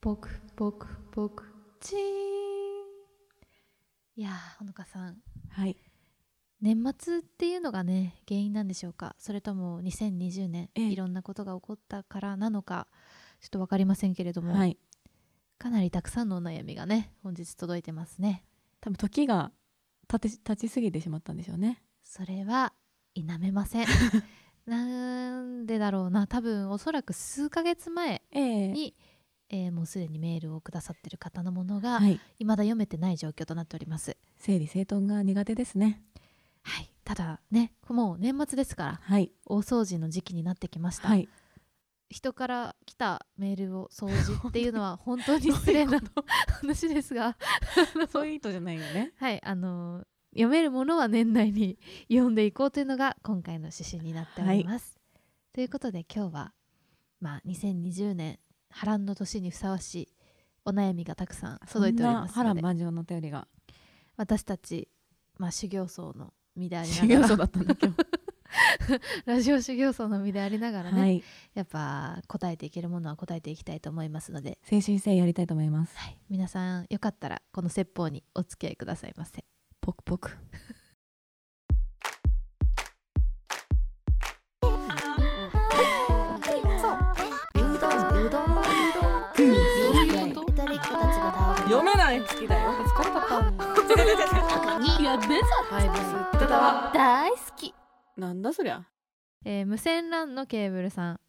ぽくぽくぽくチーンいやーほのかさんはい年末っていうのがね原因なんでしょうかそれとも2020年、ええいろんなことが起こったからなのかちょっと分かりませんけれども、はいかなりたくさんのお悩みがね本日届いてますね多分時が経て経ちすぎてしまったんでしょうねそれは否めま せんなんでだろうな多分おそらく数ヶ月前ええに、えーもうすでにメールをくださってる方のものが、はい未だ読めてない状況となっております整理整頓が苦手ですねはいただねもう年末ですからはい大掃除の時期になってきました、はい人から来たメールを掃除っていうの は本当に失礼な話ですが そういう意図じゃないよねはいあの読めるものは年内に読んでいこうというのが今回の指針になっております、ということで今日はまあ2020年波乱の年にふさわしいお悩みがたくさん届いておりますそんなの波乱で万丈の便りが私たち、まあ、修行僧の身であり修な行がら僧だったんだ今ラジオ修行僧の身でありながら日ね、はいやっぱ答えていけるものは答えていきたいと思いますので精神性やりたいと思いますはい、皆さんよかったらこの説法にお付き合いくださいませ。ポクポクうどんうどんうどん誰かたちが食べ読めない好きだよ疲れたにやべさ大好きなんだそりゃえー無線 LAN のケーブルさん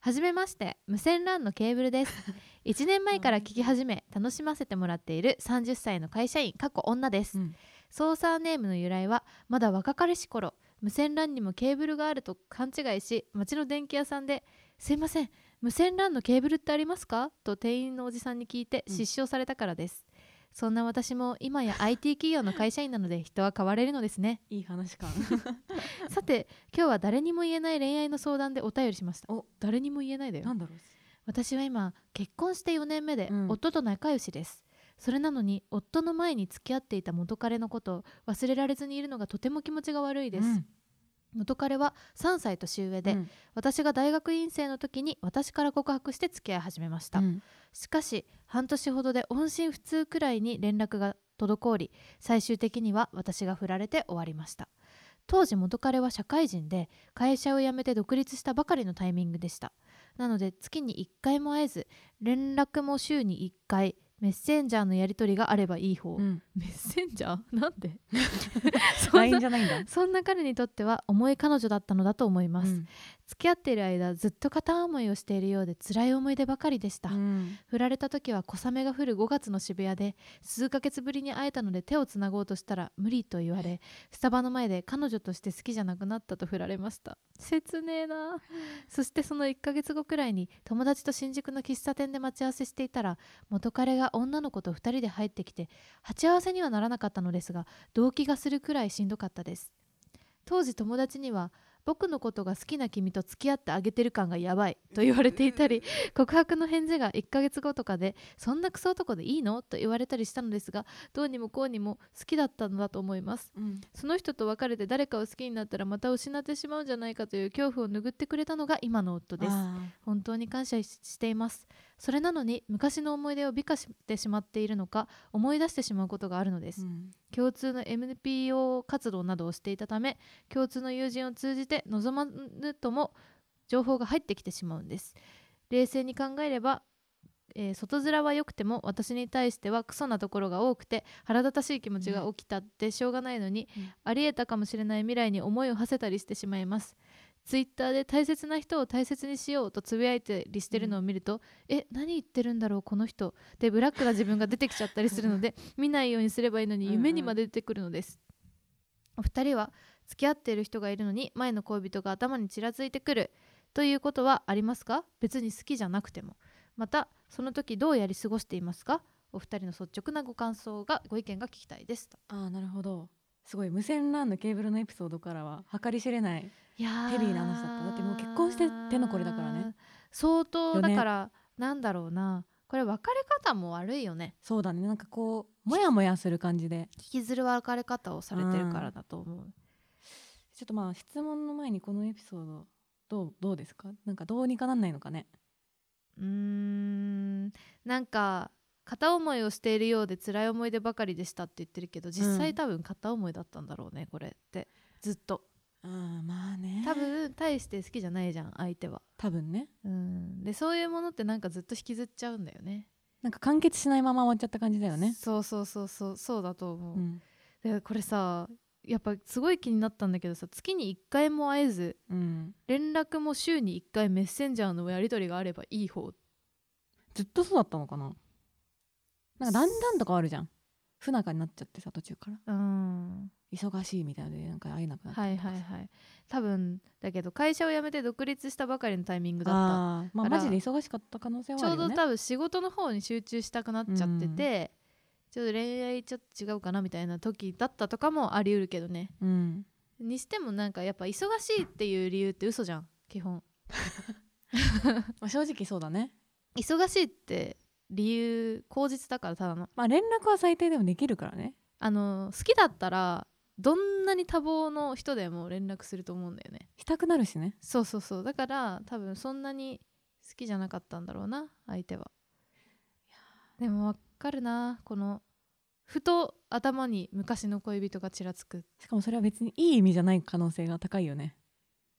はじめまして無線 LAN のケーブル です1年前から聞き始め楽しませてもらっている30歳の会社員過去女です、うんソーサーネームの由来はまだ若かりし頃無線 LAN にもケーブルがあると勘違いし町の電気屋さんで「すいません無線 LAN のケーブルってありますか?」と店員のおじさんに聞いてうん失笑されたからです、そんな私も今や IT 企業の会社員なので人は変われるのですねいい話 か さて今日は誰にも言えない恋愛の相談でお便りしましたお誰にも言えないだよんだろう私は今結婚して4年目でうん夫と仲良しです、それなのに夫の前に付き合っていた元彼のことを忘れられずにいるのがとても気持ちが悪いです、元彼は3歳年上で、うん私が大学院生の時に私から告白して付き合い始めました、 うんしかし半年ほどで音信不通くらいに連絡が滞り最終的には私が振られて終わりました当時元彼は社会人で会社を辞めて独立したばかりのタイミングでしたなので月に1回も会えず連絡も週に1回メッセンジャーのやり取りがあればいい方、うんメッセンジャー なんでそん LINE なじゃないんだそんな彼にとっては重い彼女だったのだと思います、うん付き合っている間ずっと片思いをしているようで辛い思い出ばかりでした、うん振られた時は小雨が降る5月の渋谷で数ヶ月ぶりに会えたので手をつなごうとしたら無理と言われスタバの前で彼女として好きじゃなくなったと振られました切ねえなそしてその1ヶ月後くらいに友達と新宿の喫茶店で待ち合わせしていたら元彼が女の子と2人で入ってきて鉢合わせにはならなかったのですが動悸がするくらいしんどかったです当時友達には僕のことが好きな君と付き合ってあげてる感がやばいと言われていたり告白の返事が1ヶ月後とかでそんなクソ男でいいのと言われたりしたのですがどうにもこうにも好きだったのだと思いますうんその人と別れて誰かを好きになったらまた失ってしまうんじゃないかという恐怖を拭ってくれたのが今の夫ですあー本当に感謝ししていますそれなのに昔の思い出を美化してしまっているのか思い出してしまうことがあるのです、うん共通の NPO 活動などをしていたため共通の友人を通じて望まぬとも情報が入ってきてしまうんです冷静に考えれば、えー外面は良くても私に対してはクソなところが多くて腹立たしい気持ちが起きたってしょうがないのに、うんありえたかもしれない未来に思いを馳せたりしてしまいますツイッターで大切な人を大切にしようとつぶやいたりしてるのを見ると、え何言ってるんだろうこの人でブラックな自分が出てきちゃったりする ので見ないようにすればいいのうんにうん夢にまで出てくるのです、お二人は付き合っている人がいるのに前の恋人が頭にちらついてくるということはありますか別に好きじゃなくてもまたその時どうやり過ごしていますかお二人の率直なご感想がご意見が聞きたいですとあーなるほどすごい無線 LAN のケーブルのエピソードからは計り知れないいやーヘビーな話だっただってもう結婚して手のこれだからね相当よだねからなんだろうなこれ別れ方も悪いよねそうだねなんかこうもやもやする感じで引きずる別れ方をされてるからだと思う、ちょっとまあ質問の前にこのエピソードどうどうですかなんかどうにかなんないのかねうーんなんか片思いをしているようで辛い思い出ばかりでしたって言ってるけど実う際ん多分片思いだったんだろうねこれってずっとあーまあね多分大して好きじゃないじゃん相手は多分ねうんでそういうものってなんかずっと引きずっちゃうんだよねなんか完結しないまま終わっちゃった感じだよねそうそうそうそうそうだと思うう、んでこれさやっぱすごい気になったんだけどさ月に1回も会えずうん連絡も週に1回メッセンジャーのやり取りがあればいい方ずっとそうだったのかななんかだんだんとかあるじゃん不仲になっちゃってさ途中からうん忙しいみたいでなんか会えなくなったはいはいはい多分だけど会社を辞めて独立したばかりのタイミングだったあーまあからマジで忙しかった可能性はちあょうるどよね多分仕事の方に集中したくなっちゃってて、ちょっと恋愛ちょっと違うかなみたいな時だったとかもあり得るけどねうんにしてもなんかやっぱ忙しいっていう理由って嘘じゃん基本まあ正直そうだね忙しいって理由口実だからただのまあ連絡は最低でもできるからねあの好きだったらどんなに多忙の人でも連絡すると思うんだよねしたくなるしねそうそうそうだから多分そんなに好きじゃなかったんだろうな相手はでもわかるなこのふと頭に昔の恋人がちらつくしかもそれは別にいい意味じゃない可能性が高いよね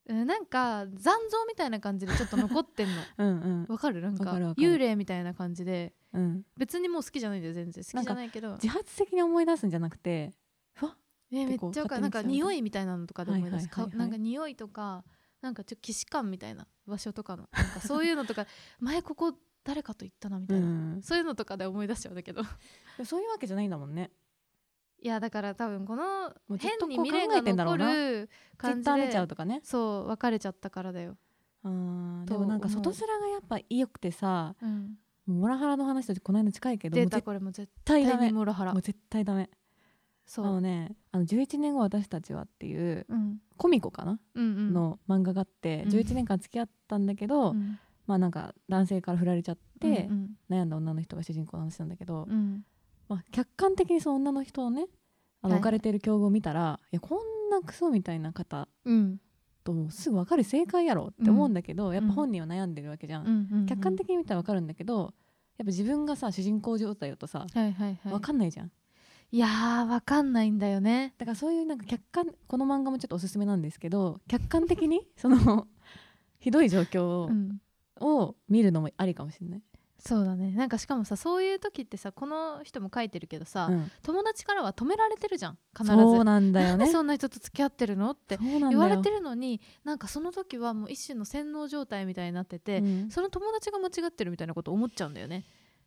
うんなんか残像みたいな感じでちょっと残って んのうんうんわかるなんかわかるわかる幽霊みたいな感じでうん別にもう好きじゃないんだよ全然好きじゃないけど自発的に思い出すんじゃなくてふわっえめっこうちゃわかるなん勝手かに調べて匂いみたいなのとかで思い出す、はいはいはいはいかなんか匂いとかなんかちょっと既視感みたいな場所とかのなんかそういうのとか 前ここ誰かと行ったなみたいな、そういうのとかで思い出しちゃうんだけど でもそういうわけじゃないんだもんねいやだから多分このもうずっ変とこうに未練が考えてんだろ残うなる感絶じ対めちゃうでとかねそう別れちゃったからだよ、あーとでもなんか外面がやっぱ良くてさうん、もうモラハラの話とこの間近いけども出うた絶これも絶対ダ対メにもモラハラう絶対ダメあそう、のねあの11年後私たちはっていううん、コミコかな、うんうんの漫画があってうん11年間付き合ったんだけど、うんまあなんか男性から振られちゃって、うん悩んだ女の人が主人公の話なんだけど、うんうんまあ、客観的にその女の人をねあのはい置かれている境遇を見たら、い、やこんなクソみたいな方うんともうすぐ分かる正解やろって思うんだけど、やっうんぱ本人は悩んでるわけじゃん、うんうん客観的に見たら分かるんだけどやっぱ自分がさ主人公状態だとさはいはいはい分かんないじゃんいやーわかんないんだよねだからそういうなんか客観この漫画もちょっとおすすめなんですけど客観的に そのひどい状況を,、うん見るのもありかもしれない、そうだねなんかしかもさそういう時ってさこの人も書いてるけどさ、うん友達からは止められてるじゃん必ずそうなんだよなんで ねそんな人と付き合ってるのってそうなんだよ言われてるのになんかその時はもう一種の洗脳状態みたいになってて、うんその友達が間違ってるみたいなこと思っちゃうんだよね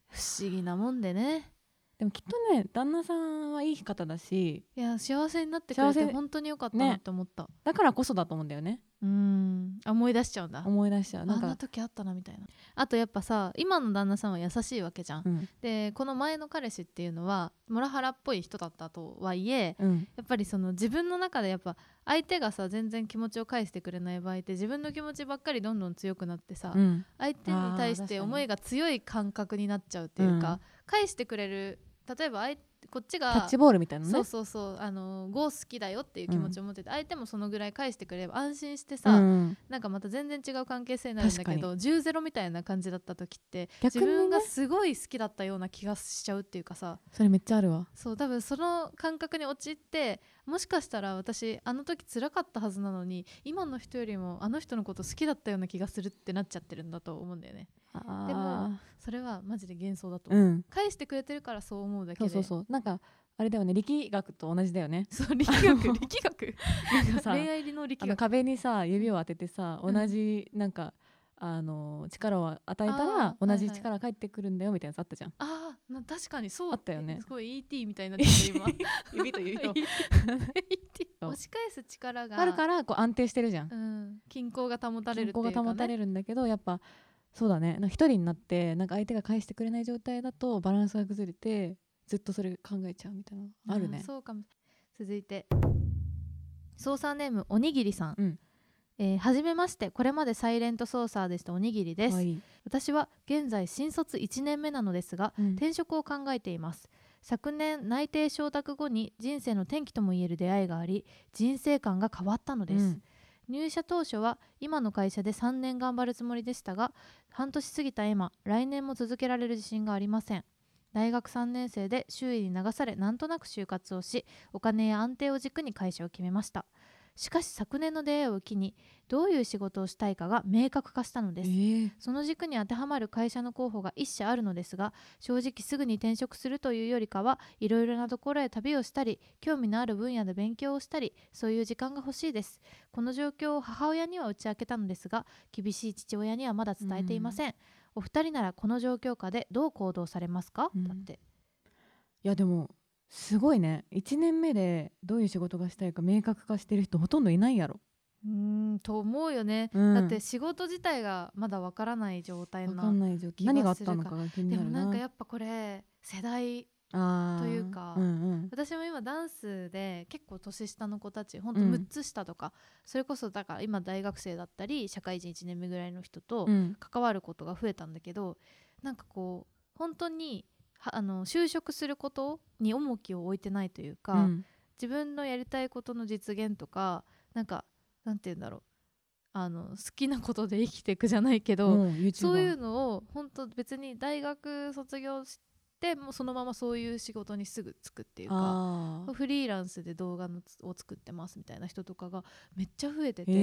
不思議なもんでねでもきっとね旦那さんはいい方だしいや幸せになってくれ幸てせ本当によかったなねって思った、だからこそだと思うんだよねうんあ思い出しちゃうんだ思い出しちゃうなんあんなか時あったなみたいなあとやっぱさ今の旦那さんは優しいわけじゃんうんでこの前の彼氏っていうのはモラハラっぽい人だったとはいえうんやっぱりその自分の中でやっぱ相手がさ全然気持ちを返してくれない場合って自分の気持ちばっかりどんどん強くなってさ、うん相手に対して思いが強い感覚になっちゃうっていうか返してくれる例えば相こっちタがッチボールみたいなのねそうそうそうあのゴー好きだよっていう気持ちを持ってて、相手もそのぐらい返してくれれば安心してさ、うんなんかまた全然違う関係性になるんだけど10ゼロみたいな感じだった時って、逆自にね分がすごい好きだったような気がしちゃうっていうかさそれめっちゃあるわそう多分その感覚に陥ってもしかしたら私あの時辛かったはずなのに今の人よりもあの人のこと好きだったような気がするってなっちゃってるんだと思うんだよねでもそれはマジで幻想だとう思う、ん返してくれてるからそう思うだけそうでそううそうなんかあれだよね力学と同じだよねそう力 学力学なんかさ 恋愛のあ力の学壁にさ指を当ててさうん同じなんかあの力を与えたあらー同はいじはい力返ってくるんだよみたいなやつあったじゃんああな確かにそうあったよねえすごい ET みたいになっちゃった今 指 と 指 ET そう 押し返す力があるからこう安定してるじゃんうん、均衡が保たれるって均衡いうがか、ね、保たれるんだけどやっぱそうだねなんか一人になってなんか相手が返してくれない状態だとバランスが崩れてずっとそれ考えちゃうみたいなのあるねーそうかも続いて操作ネームおにぎりさん、うんえーはじめましてこれまでサイレントソーサーでしたおにぎりです、可愛い私は現在新卒1年目なのですがうん転職を考えています昨年内定承諾後に人生の転機ともいえる出会いがあり人生観が変わったのです、うん入社当初は今の会社で3年頑張るつもりでしたが半年過ぎた今来年も続けられる自信がありません大学3年生で周囲に流されなんとなく就活をしお金や安定を軸に会社を決めましたしかし昨年の出会いを機にどういう仕事をしたいかが明確化したのですえその軸に当てはまる会社の候補が1社あるのですが正直すぐに転職するというよりかはいろいろなところへ旅をしたり興味のある分野で勉強をしたりそういう時間が欲しいですこの状況を母親には打ち明けたのですが厳しい父親にはまだ伝えていません、お二人ならこの状況下でどう行動されますか、うんだっていやでもすごいね1年目でどういう仕事がしたいか明確化してる人ほとんどいないやろ、うーんと思うよね、うんだって仕事自体がまだわからない状態わかなんない状況気がする何があったのかが気にでなもるななんかやっぱこれ世代あーというかうんうん私も今ダンスで結構年下の子たちほんとうん6つ下とか、それこそだから今大学生だったり社会人1年目ぐらいの人とうん関わることが増えたんだけど、なんかこう本当にはあの就職することに重きを置いてないというか、うん自分のやりたいことの実現とかなんかなんて言うんだろうあの好きなことで生きていくじゃないけど、うん YouTuber そういうのを本当別に大学卒業してもうそのままそういう仕事にすぐ就くっていうか。あーフリーランスで動画のつを作ってますみたいな人とかがめっちゃ増えてて、え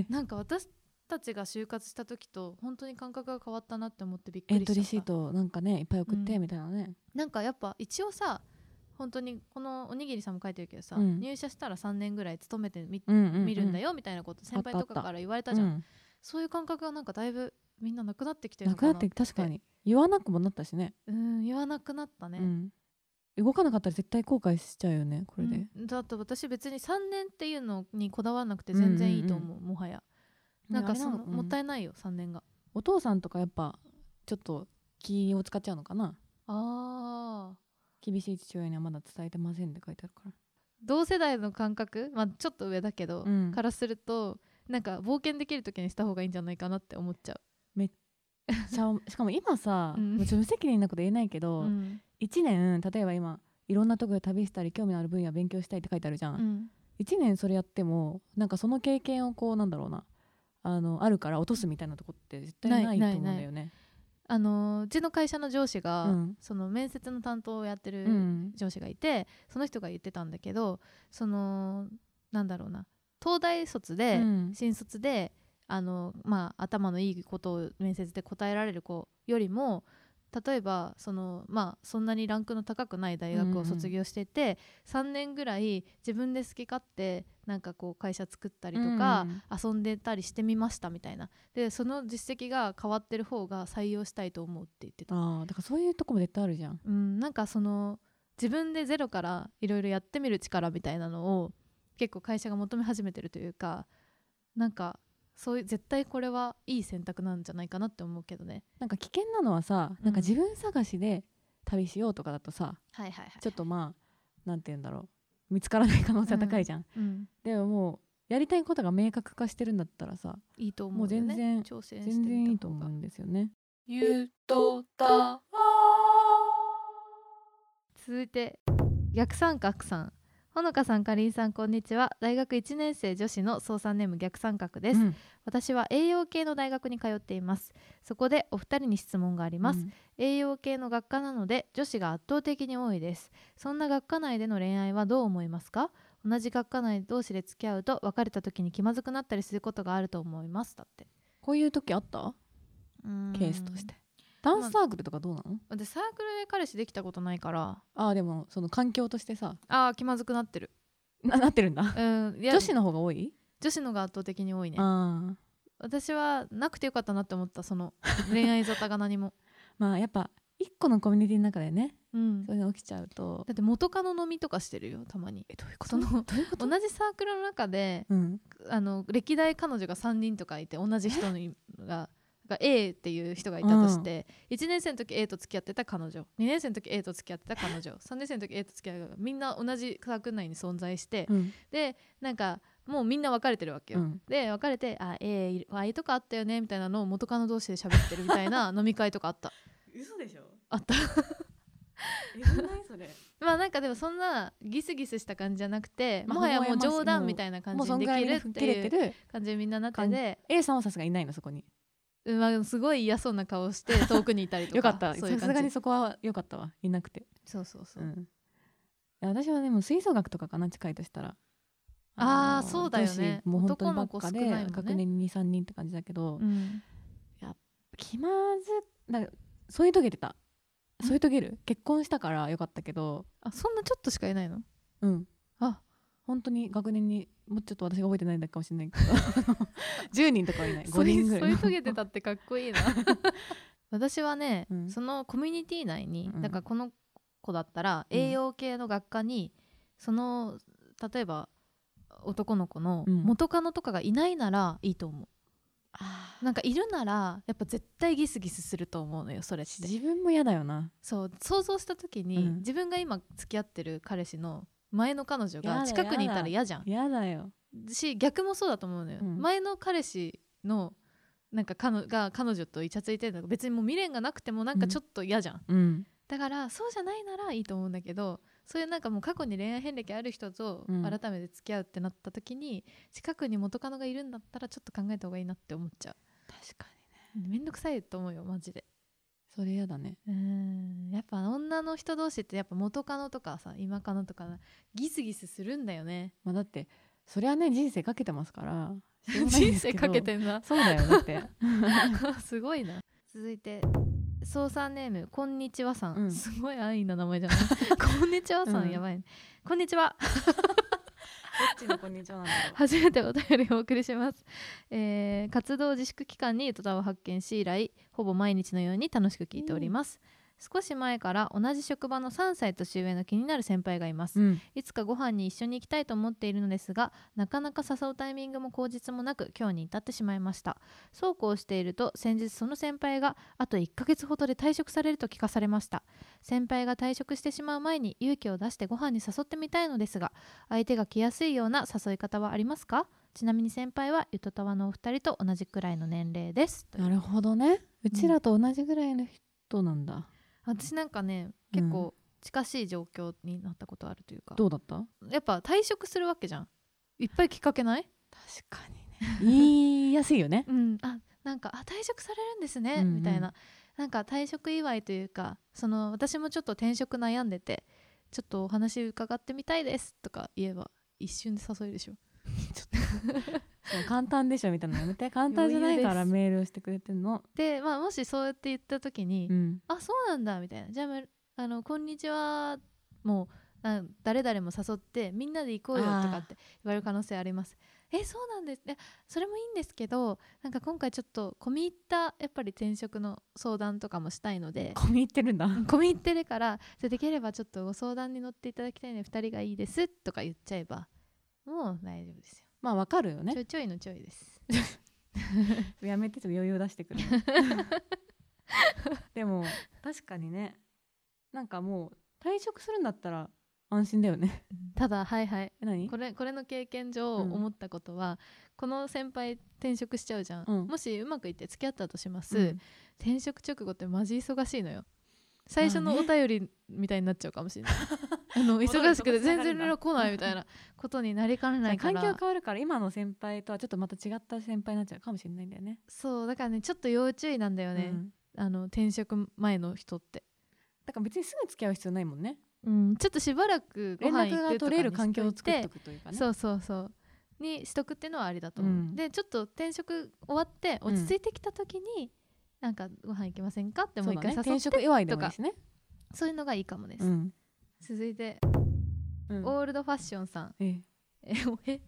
ーなんか私たちが就活した時と本当に感覚が変わったなって思ってびっくエンりしちゃったトリーシートなんかねいっぱい送っうてんみたいなね、なんかやっぱ一応さ本当にこのおにぎりさんも書いてるけどさ、うん入社したら3年ぐらい勤めてみ、うんうんう見るんだよみたいなこと先輩とあったあかったから言われたじゃん、うんそういう感覚がなんかだいぶみんななくなってきてるなのくかななって確かに言わなくもなったしねうん言わなくなったね、うん、動かなかったら絶対後悔しちゃうよねこれで、うんだって私別に3年っていうのにこだわらなくて全然いいと思う,、もはやなんかねあそれの、うんもったいないよ3年がお父さんとかやっぱちょっと気を使っちゃうのかなああ厳しい父親にはまだ伝えてませんって書いてあるから 同世代の感覚、まあ、ちょっと上だけど、うんからするとなんか冒険できる時にした方がいいんじゃないかなって思っちゃしゃしかも今さ、うんもうちょっと無責任なこと言えないけう、ど、うん1年例えば今いろんなとこで旅したり興味のある分野勉強したいって書いてあるじゃん、1年それやってもなんかその経験をこうなんだろうなあのあるから落とすみたいなとこって絶対なないいとない思うんだよねあのーうちの会社の上司が、うんその面接の担当をやってるうん上司がいて、その人が言ってたんだけどそのなんだろうな東大卒で、うん新卒であの、まあ、頭のいいことを面接で答えられる子よりも例えばその、まあ、そんなにランクの高くない大学を卒業してて、3年ぐらい自分で好き勝手なんかこう会社作ったりとか、うん遊んでたりしてみましたみたいなでその実績が変わってる方が採用したいと思うって言ってた、あーだからそういうとこも絶対あるじゃんうん、なんかその自分でゼロからいろいろやってみる力みたいなのを結構会社が求め始めてるというかなんかそういう絶対これはいい選択なんじゃないかなって思うけどねなんか危険なのはさなんかうん自分探しで旅しようとかだとさ、はいはいはいちょっとまあなんて言うんだろう見つからない可能性は高いじゃん、うん、でももうやりたいことが明確化してるんだったらさいいと思うもうよ全ね然挑戦して全みた然いいと方思がうんですよねゆうとた続いて逆三角さんほのかさんかりんさんこんにちは大学1年生女子の操作ネーム逆三角です、うん私は栄養系の大学に通っていますそこでお二人に質問があります、うん栄養系の学科なので女子が圧倒的に多いですそんな学科内での恋愛はどう思いますか同じ学科内同士で付き合うと別れた時に気まずくなったりすることがあると思いますだってこういう時あったケースとしてダンスサークルとかどうなの、でサークルで彼氏できたことないからああでもその環境としてさあー気まずくなってるななってるんだ うんいや女子の方が多い、女子のが圧倒的に多いねああ私はなくてよかったなって思ったそ の恋愛沙汰が何も、まあやっぱ一個のコミュニティの中でねうん、そだういうの起きちゃうとって元カノ飲みとかしてるよたまにえどういうこそのどういうこと同じサークルの中でうんあの歴代彼女が3人とかいて同じ人のがが A っていう人がいたとして、1年生の時 A と付き合ってた彼女2年生の時 A と付き合ってた彼女3年生の時 A と付き合ってたみんな同じサークル内に存在して、うんでなんかもうみんな別れてるわけうよ、んで別れて「あ A いるああいうとこあったよね」みたいなのを元カノ同士で 喋ってるみたいな飲み会とかあった嘘でしょあったえぐないそれまあなんかでもそんなギスギスした感じじゃなくてまあもはやもう微笑ましい冗談みたいな 感もうじそんにぐでらいきるみんなっ吹って切れていうる感じにみんななってて A さんはさすがにいないのそこにうんまあすごい嫌そうな顔して遠くにいたりとかよかったそういうさ感すがにじそこはよかったわいなくてそうそうそうう、んいや私はでも吹奏楽とかかな近いとしたらあーのそうだよね女子もう本当にばっ男かの子で、少ないもんね学年23人って感じだけど、うん気まずなんか添い遂げてた添い遂げる結婚したからよかったけどあそんなちょっとしかいないのうんあ本当に学年にもうちょっと私が覚えてないだけかもしれないけ どあの10人とかはいない5そういう人ぐらい添のい遂げてたってかっこいいな私はね、うんそのコミュニティ内に、うんなんかこの子だったらうん栄養系の学科に、その例えば男の子のうん元カノとかがいないならいいと思う、 あなんかいるならやっぱ絶対ギスギスすると思うのよそれっーて自分も嫌だよなそう想像した時に、うん自分が今付き合ってる彼氏の前の彼女やがだ近くにいたら嫌じゃん嫌だよし逆もそうだと思うのよ、うん前の彼氏のなんか彼女が彼女とイチャついてるのが別にもう未練がなくてもなんかちょっと嫌じゃん、うんだからそうじゃないならいいと思うんだけどそういうなんかもう過去に恋愛遍歴ある人とうん改めて付き合うってなった時に、近くに元カノがいるんだったらちょっと考えた方がいいなって思っちゃ確かにねうめんどくさいと思うよマジでそれ嫌だねうんやっぱ女の人同士ってやっぱ元カノとかさ今カノとかギスギスするんだよねまあだってそりゃね人生かけてますからしょうがないん 人です生けどかけてんなそうだよだって すごいな続いて操作ネームこんにちはさん、うんすごい安易な名前じゃない こんにちはさん、うんやばいねこんにちはちのこんにちはなんだ ろ初めてお便りをお送りします、えー活動自粛期間にゆとたわを発見し以来ほぼ毎日のように楽しく聞いております、少し前から同じ職場の3歳年上の気になる先輩がいます、 う、うん、いつかご飯に一緒に行きたいと思っているのですがなかなか誘うタイミングも口実もなく今日に至ってしまいましたそうこうしていると先日その先輩があと1ヶ月ほどで退職されると聞かされました先輩が退職してしまう前に勇気を出してご飯に誘ってみたいのですが相手が来やすいような誘い方はありますかちなみに先輩はゆとたわのお二人と同じくらいの年齢ですというなるほどねうちらと同じぐらいの人なんだ、私なんかねうん結構近しい状況になったことあるというか、どうだったやっぱ退職するわけじゃんいっぱいきっかけない確かにね言いやすいよねうん、あなんかあ退職されるんですね、うんうんみたいななんか退職祝いというかその私もちょっと転職悩んでてちょっとお話伺ってみたいですとか言えば一瞬で誘えるでしょそう簡単でしょみたいなのやめて簡単じゃないか余ら裕ですメールをしてくれてんの、で、まあ、もしそうやって言った時に「うん、あそうなんだ」みたいな「じゃあまあのこんにちは」もうあ誰々も誘ってみんなで行こうよとあーかって言われる可能性あります。えそうなんですねそれもいいんですけどなんか今回ちょっと込み入ったやっぱり転職の相談とかもしたいの で込み入ってるんだ、込み入ってるからじゃあできればちょっとご相談に乗っていただきたいので2人がいいですとか言っちゃえばもう大丈夫ですよ、まあわかるよちねょいちょいのちょいですやめてちょっと余裕を出してく るでも確かにねなんかもう退職するんだったら安心だよねただはいはい え何これこれの経験上うん思ったことは、この先輩転職しちゃうじゃん、うんもしうまくいって付き合ったとします、うん転職直後ってマジ忙しいのよ最初のお便りみたいになっちゃうかもしれ ないあの忙しくて全然連絡来ないみたいなことになりかねないか環ら境変わるから今の先輩とはちょっとまた違った先輩になっちゃうかもしれないんだよねそうだからねちょっと要注意なんだよね、うんあの転職前の人ってだから別にすぐ付き合う必要ないもんねうん、ちょっとしばらくご連飯行絡くがとか取れるに環し境をとい作ってておくというかねそうそうそうにしとくっていうのはありだと思う、うんでちょっと転職終わって落ち着いてきた時に、なんかご飯行きませんかってもう一回誘ってそうだね転職祝いでもいといかしね、そういうのがいいかもです、ん続いて、うんオールドファッションさんえええおえ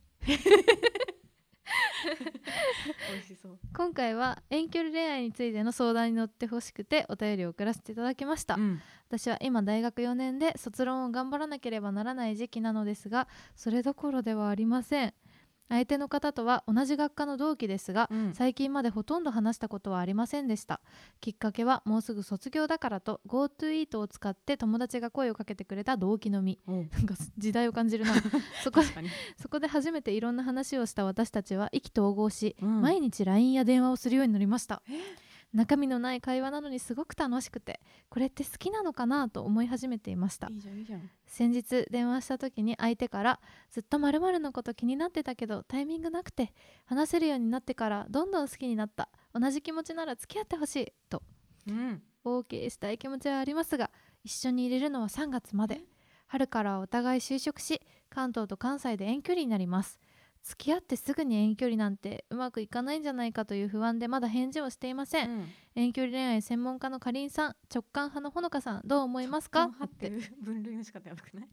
美味しそう今回は遠距離恋愛についての相談に乗ってほしくてお便りを送らせていただきました、うん私は今大学4年で卒論を頑張らなければならない時期なのですがそれどころではありません相手の方とは同じ学科の同期ですが、うん最近までほとんど話したことはありませんでしたきっかけはもうすぐ卒業だからと GoToEat を使って友達が声をかけてくれた同期のみおうなんか時代を感じ るなそこで確かにそこで初めていろんな話をした私たちは意気投合し、うん毎日 LINE や電話をするようになりました中身のない会話なのにすごく楽しくてこれって好きなのかなと思い始めていましたいいじゃんいいじゃん先日電話した時に相手から「ずっと〇〇のこと気になってたけどタイミングなくて話せるようになってからどんどん好きになった同じ気持ちなら付き合ってほしい」とうん、 OK したい気持ちはありますが一緒に入れるのは3月まで春からはお互い就職し関東と関西で遠距離になります付き合ってすぐに遠距離なんてうまくいかないんじゃないかという不安でまだ返事をしていません、遠距離恋愛専門家のかりんさん直感派のほのかさんどう思いますか張ってる 分類の仕方やばくない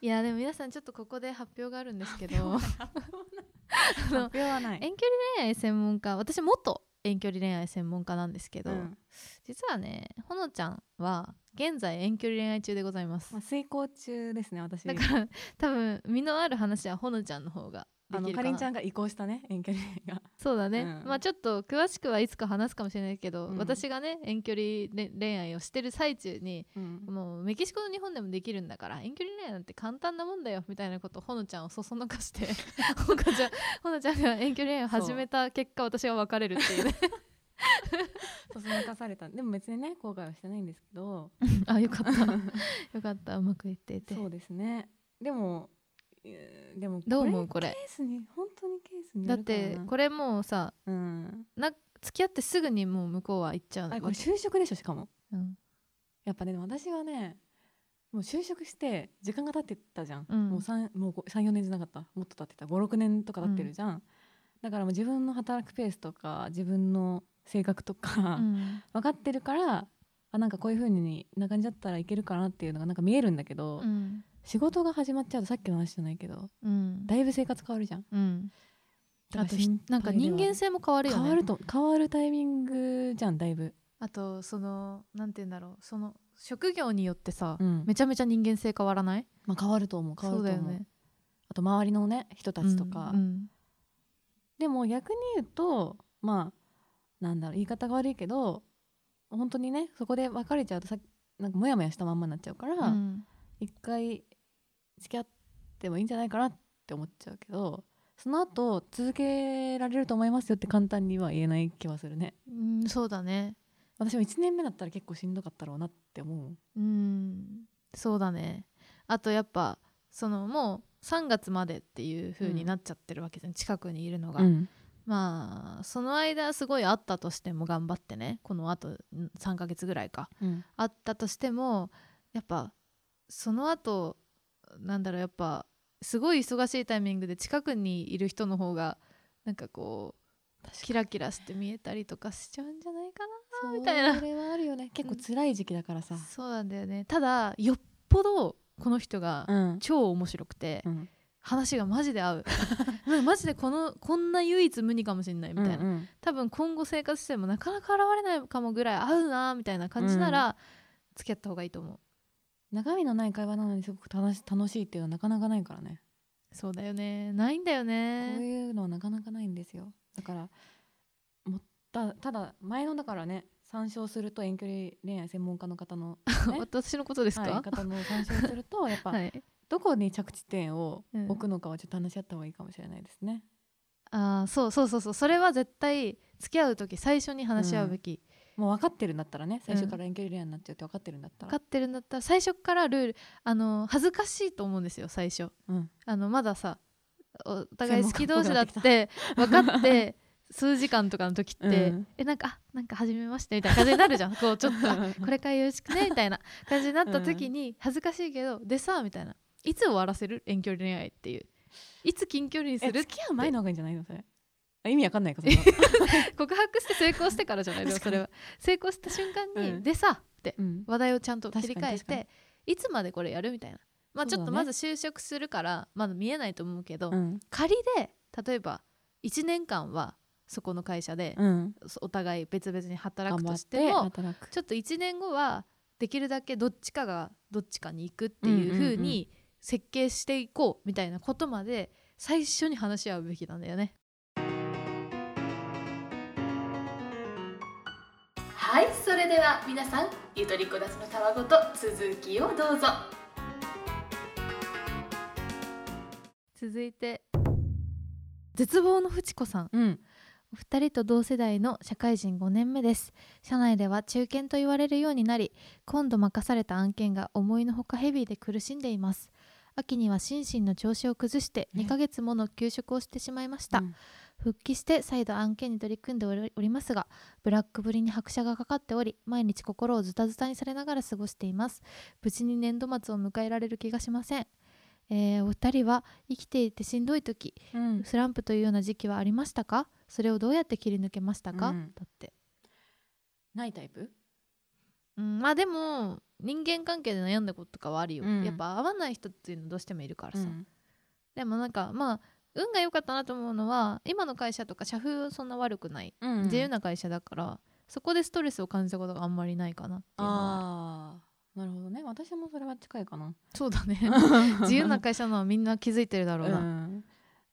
いやでも皆さんちょっとここで発表があるんですけ ど発あの表はない遠距離恋愛専門家私元遠距離恋愛専門家なんですけど、うん実はねほのちゃんは現在遠距離恋愛中でございますまあ、遂行中ですね私だから 多分身のある話はほのちゃんの方ができあのるかかりなんちゃんが移行したね遠距離恋愛がそうだね、うんまあちょっと詳しくはいつか話すかもしれないけど、うん私がね遠距離れ恋愛をしてる最中にうんもうメキシコと日本でもできるんだから遠距離恋愛なんて簡単なもんだよみたいなことをほのちゃんをそそのかして ほのかちゃんほのちゃんが遠距離恋愛を始めた結果私は別れるっていうねそそのかされたでも別にね後悔はしてないんですけどあよ かったよかったうまくいっていてそうですねでもえーでもどう思うここれれケースに本当にケースにだよっるからなてこれもうさうんな付き合ってすぐにもう向こうは行っちゃうあわこれけ就職でしょしかもうんやっぱねでも私はねもう就職して時間が経ってたじゃん、うんもう三もう34年じゃなかったもっと経ってた56年とか経ってるじゃん、だからもう自分の働くペースとか自分の性格とか、うん分かってるからあなんかこういう風にこんな感じだったらいけるかなっていうのがなんか見えるんだけど、うん仕事が始まっちゃうとさっきの話じゃないけどうんだいぶ生活変わるじゃんうんだあからと心なんか配で人は間性も変わるよね変わると変わるタイミングじゃんだいぶ、あとそのなんて言うんだろうその職業によってさ、うんめちゃめちゃ人間性変わらないまあ、変わると思う変わそうるとだよ思うねあと周りのね人たちとか、うんでも逆に言うとまあなんだろう言い方が悪いけど本当にねそこで別れちゃうとさなんかモヤモヤしたまんまになっちゃうから、うんうん一回付き合ってもいいんじゃないかなって思っちゃうけどその後続けられると思いますよって簡単には言えない気はするねうんそうだね私も1年目だったら結構しんどかったろうなって思ううんそうだねあとやっぱそのもう3月までっていう風になっちゃってるわけじゃん、近くにいるのが、うんまあその間すごいあったとしても頑張ってねこのあと3ヶ月ぐらいかうんあったとしてもやっぱその後なんだろうやっぱすごい忙しいタイミングで近くにいる人の方がなんかこうキラキラして見えたりとかしちゃうんじゃないかそうみたいなそれはあるよね結構辛い時期だからさなそうなんだよねただよっぽどこの人がうん、超面白くて、うん、話がマジで合う なんかマジでこのこんな唯一無二かもしれないみたいな、うんうん多分今後生活してもなかなか現れないかもぐらい合うなみたいな感じなら、付き合った方がいいと思う中身のない会話なのにすごく楽し楽しいっていうのはなかなかないからねそうだよねないんだよこうねいうのはなかなかないんですよだからもったただ前のだからね参照すると遠距離恋愛専門家の方の、ね私のことですはいか方の参照する とやっぱ、はい、どこに着地点をうん置くのかはちょっと話し合った方がいいかもしれないですね。ああそうそうそうそうそれは絶対付き合う時最初に話し合うべき、もう分かってるんだったらね最初から遠距離恋愛になっちゃうって分かってるんだった分ら。かってるんだったら最初からルールあの恥ずかしいと思うんですよ最初うんあのまださお互い好き専門同士家だっっぽくなってきてた分かって数時間とかの時って、うんえなんかあなんか初めましてみたいな感じになるじゃんこうちょっとあ これからよろしくねみたいな感じになった時に恥ずかしいけどでさみたいないつ終わらせる遠距離恋愛っていういつ近距離にすえる付き合う前の方がいいんじゃないのそれあ意味わかんないかそ れは告白して成功してからじゃないですかそ確かれには成功した瞬間に、うんでさってうん話題をちゃんと切り替え確かにていつまでこれやるみたいなまあそちうだょねっとまず就職するからまだ見えないと思うけど、うん仮で例えば1年間はそこの会社で、うんお互い別々に働頑く張とっしても働くちょっと1年後はできるだけどっちかがどっちかに行くっていう風うんうんうに設計していこうみたいなことまで最初に話し合うべきなんだよね。はいそれでは皆さんゆとりっ子たちのたわごと続きをどうぞ続いて絶望のフチ子さんうんお二人と同世代の社会人5年目です社内では中堅と言われるようになり今度任された案件が思いのほかヘビーで苦しんでいます秋には心身の調子を崩してね2ヶ月もの休職をしてしまいました、うん復帰して再度案件に取り組んでおりおりますがブラックぶりに拍車がかかっており毎日心をズタズタにされながら過ごしています無事に年度末を迎えられる気がしません、えーお二人は生きていてしんどい時うんスランプというような時期はありましたかそれをどうやって切り抜けましたか、うんだって、ないタイプうん、まあでも人間関係で悩んだこととかはあるよ、うんやっぱ合わない人っていうのどうしてもいるからうさ、んでもなんかまあ運が良かったなと思うのは今の会社とか社風はそんな悪くない、うん自由な会社だからそこでストレスを感じたことがあんまりないかなっていうのはああなるほどね私もそれは近いかなそうだ ね自由な会社なのはみんな気づいてるだろうな、うん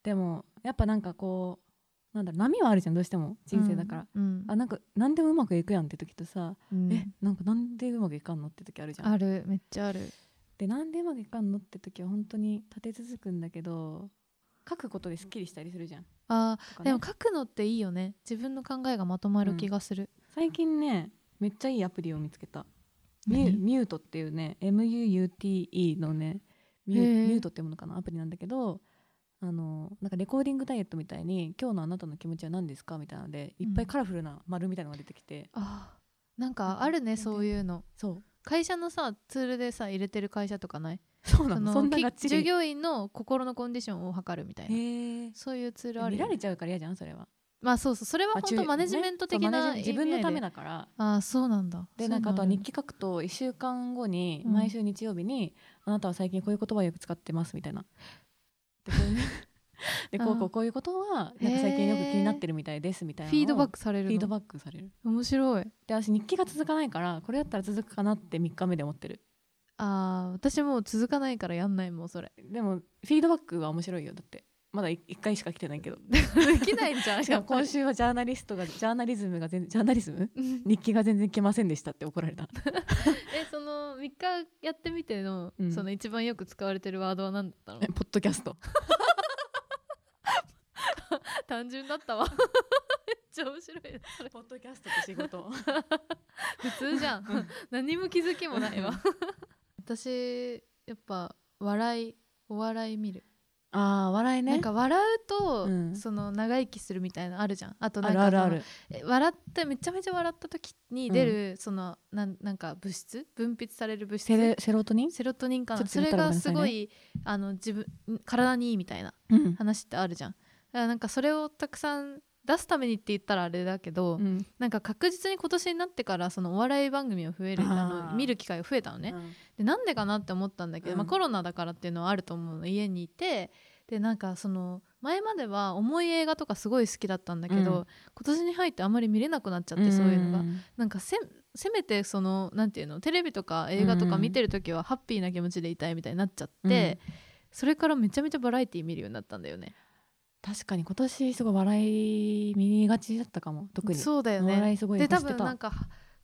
でもやっぱなんかこうなんだろう波はあるじゃんどうしても人生だから、うん、あなんか何でもうまくいくやんって時とさ、うんえなんかなんでうまくいかんのって時あるじゃんあるめっちゃあるでなんでうまくいかんのって時は本当に立て続くんだけど書くことですっきりしたりするじゃん、あとーかねでも書くのっていいよね自分の考えがまとまる気がする、最近ねめっちゃいいアプリを見つけたミ何ュミュートっていうね MUUTE のねミュへーミュートっていうものかなアプリなんだけどあのなんかレコーディングダイエットみたいに「今日のあなたの気持ちは何ですか?」みたいなのでいっぱうんいカラフルな丸みたいなのが出てきて、あーなんかあるねそういうのそう会社のさツールでさ入れてる会社とかないそうなそののそんながっきち従り業員の心のコンディションを測るみたいなへーそういうツールある見よらねれちゃうから嫌じゃんそれはまあそうそうそれはまあ本中当マネジメント的ねそうなマネジ自分のためだだからああそうなんだでなんかあとは日に記書くと1週間後にうん毎週日曜日に「あなたは最近こういう言葉をよく使ってます」みたいな。でこういう でこうこあうこういうことはなんか最近よく気になってるみたいですみたいなフィードバッククされフるィードのバックされる面白いで私日記が続かないからこれだったら続くかなって3日目で思ってるああ私もう続かないからやんないもん それでもフィードバックは面白いよだってまだ1回しか来てない けどできないんじゃんしやかもっぱ今り週はジャーナリストがジャーナリズムが全ジャーナリズムうん日記が全然来ませんでしたって怒られた えその3日やってみての、うんその一番よく使われてるワードは何だった のポッドキャスト単純だったわ めっちゃ面白いなそれポッドキャストって仕事普通じゃん何も気づきもないわ私やっぱ笑いお笑い見る、 ああ笑いねなんか笑うと、うんその長生きするみたいなのあるじゃんあとなんあかるあるあそのえる笑ってめちゃめちゃ笑った時に出る、そのなんなんか物質分泌される物質セレセロトニン、セロトニンかな、ちょっとそ言れったらがごめんなすさいねごいあの自分体にいいみたいなうん話ってあるじゃんだからなんかそれをたくさん出すためにって言ったらあれだけど、なんか確実に今年になってからそのお笑い番組を増えるああのー見る機会が増えたのね、でなんでかなって思ったんだけど、うんまあ、コロナだからっていうのはあると思うの家にいてでなんかその前までは重い映画とかすごい好きだったんだけど、うん今年に入ってあんまり見れなくなっちゃって、そういうのがなんかせせめてそのなんていうのテレビとか映画とか見てる時はハッピーな気持ちでいたいみたいになっちゃって、それからめちゃめちゃバラエティ見るようになったんだよね。確かに今年すごい笑い見がちだったかも特にそうだよねお笑いすごいで欲多して分たなんか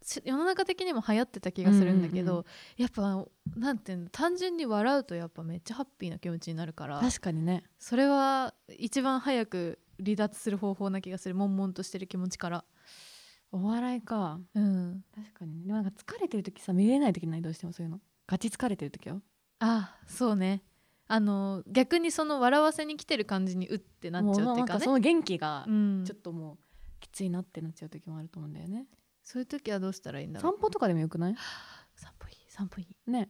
し世の中的にも流行ってた気がするんだけど、うんうんやっぱなんていうの単純に笑うとやっぱめっちゃハッピーな気持ちになるから確かにねそれは一番早く離脱する方法な気がする悶々としてる気持ちから。お笑いかうん、確かにでもなんか疲れてる時さ見れない時ないどうしてもそういうのガチ疲れてる時よあそうねあの逆にその笑わせに来てる感じにうってなっちゃうっていうかもなんねその元気がうん、ちょっともうきついなってなっちゃう時もあると思うんだよね、そういう時はどうしたらいいんだろう散歩とかでもよくない散歩いい散歩いいね